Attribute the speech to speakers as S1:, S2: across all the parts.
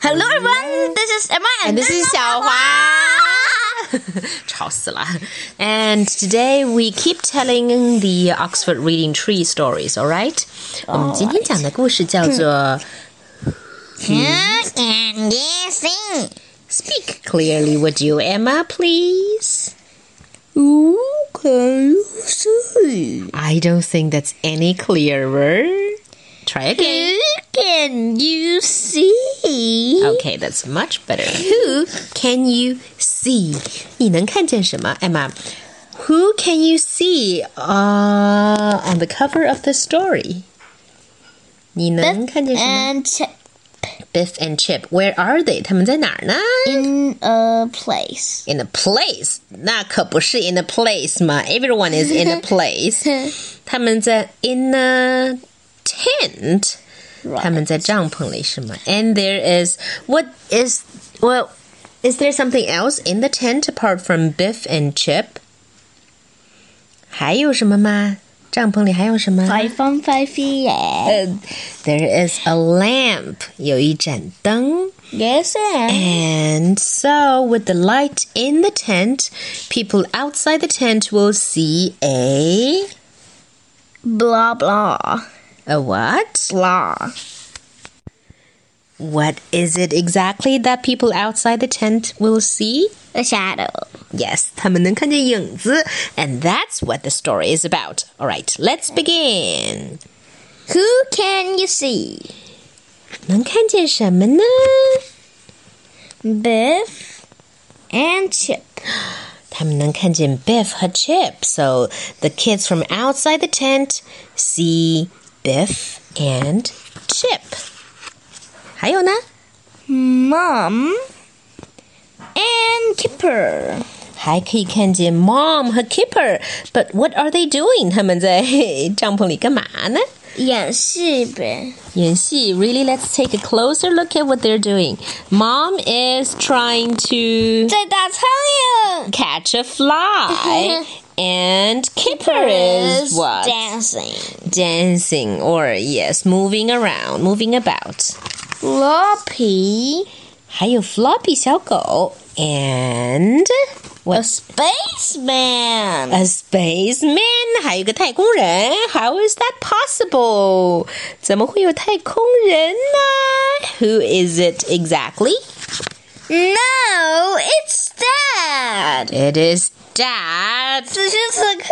S1: Hello everyone, this is Emma
S2: And this is Xiaohua. And today we keep telling the Oxford Reading Tree stories, all right? Um, 我们今天讲的故事叫做
S1: Look and listen.
S2: Speak Clearly, Would You, Emma, please?
S1: You can see.
S2: I don't think that's any clearer. Try again.
S1: Who can you see?
S2: Okay, that's much better. Who can you see? 你能看见什么, Emma? Who can you see uh, on the cover of the story? 你能看见什么?
S1: And check
S2: Biff and Chip, where are they? 他们在哪儿呢？
S1: in a place.
S2: In a place. 那可不是 in a place 嘛。Everyone is in a place. 他们在 in a tent.
S1: Right.
S2: 他们在帐篷里是吗? And there is what is well is there something else in the tent apart from Biff and Chip? 还有什么吗？帐篷里还有什么？
S1: 开放飞飞耶。
S2: Uh, there is a lamp. 有一盏灯。
S1: Yes, and
S2: And so, with the light in the tent, people outside the tent will see a
S1: blah blah
S2: a what?
S1: blah.
S2: What is it exactly that people outside the tent will see?
S1: A shadow.
S2: Yes, 他们能看见影子, and that's what the story is about. All right, let's begin.
S1: Who can you see?
S2: 能看见什么呢?
S1: Biff and Chip.
S2: 他们能看见 Biff 和 Chip. So the kids from outside the tent see Biff and Chip. 还有呢?
S1: Mom and Kipper.
S2: 还可以看见 Mom 和 Kipper. But what are they doing? 他们在帐篷里干嘛呢？
S1: 演戏呗。
S2: 演戏. Really, let's take a closer look at what they're doing. Mom is trying to
S1: 在打苍蝇。
S2: catch a fly. And Kipper is what?
S1: dancing.
S2: dancing or yes, moving around, moving about.
S1: Floppy.
S2: 还有 floppy 小狗 and
S1: A
S2: what?
S1: spaceman.
S2: A spaceman，还有个太空人。How is that possible? 怎么会有太空人呢？Who is it exactly?
S1: No, it's dad.
S2: It is Dad.
S1: 此时此刻。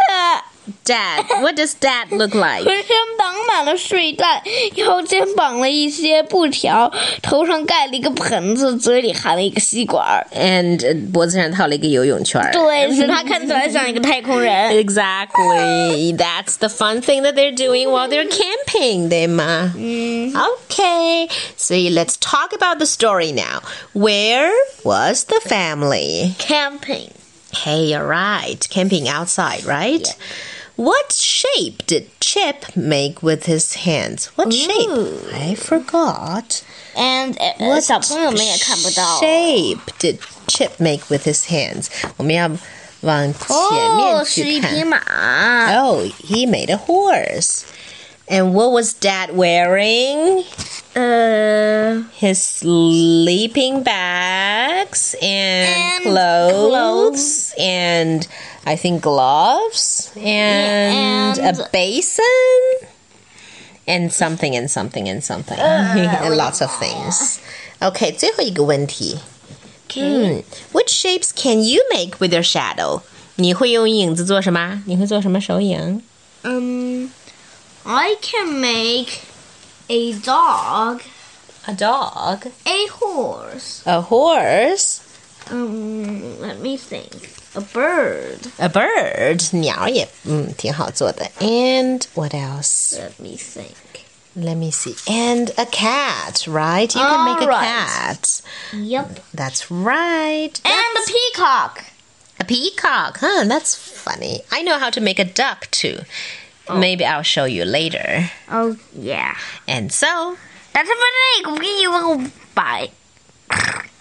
S2: Dad. What does Dad look like?
S1: 浑身绑满了睡袋，腰间绑了一些布条，头上盖了一个盆子，嘴里含了一个吸管儿。
S2: And uh, 脖子上套了一个游泳圈。
S1: 对，使他看起来像一个太空人。
S2: Exactly. That's the fun thing that they're doing while they're camping, Dema. Okay. So let's talk about the story now. Where was the family?
S1: Camping
S2: Hey, you're right. Camping outside, right? What shape did Chip make with his hands? What
S1: Ooh.
S2: shape? I forgot.
S1: and
S2: 我
S1: 呃，小朋友们也看不到。
S2: Shape did Chip make with his hands? 我们要往前面去看。
S1: 哦，是一匹马，
S2: Oh, he made a horse. And what was dad wearing?
S1: 呃
S2: His sleeping bags and,
S1: And
S2: clothes, and I think gloves and,
S1: and-
S2: a basin and something and something and something and lots of things. Okay, 最后一个问题。嗯，Which shapes can you make with your shadow? 你会用影子做什么？你会做什么手影？
S1: 嗯，I can make a dog,
S2: A dog,
S1: a horse.
S2: a horse,
S1: Um, let me think. A bird.
S2: a bird. 鸟也嗯挺好做的。And what else?
S1: Let me think.
S2: Let me see. And a cat, right? You can make a
S1: Alright.
S2: cat.
S1: Yep.
S2: That's right.
S1: And a peacock.
S2: A peacock, huh? That's funny. I know how to make a duck too. Maybe I'll show you later.
S1: Oh yeah.
S2: And so,
S1: That's a banana. We will buy.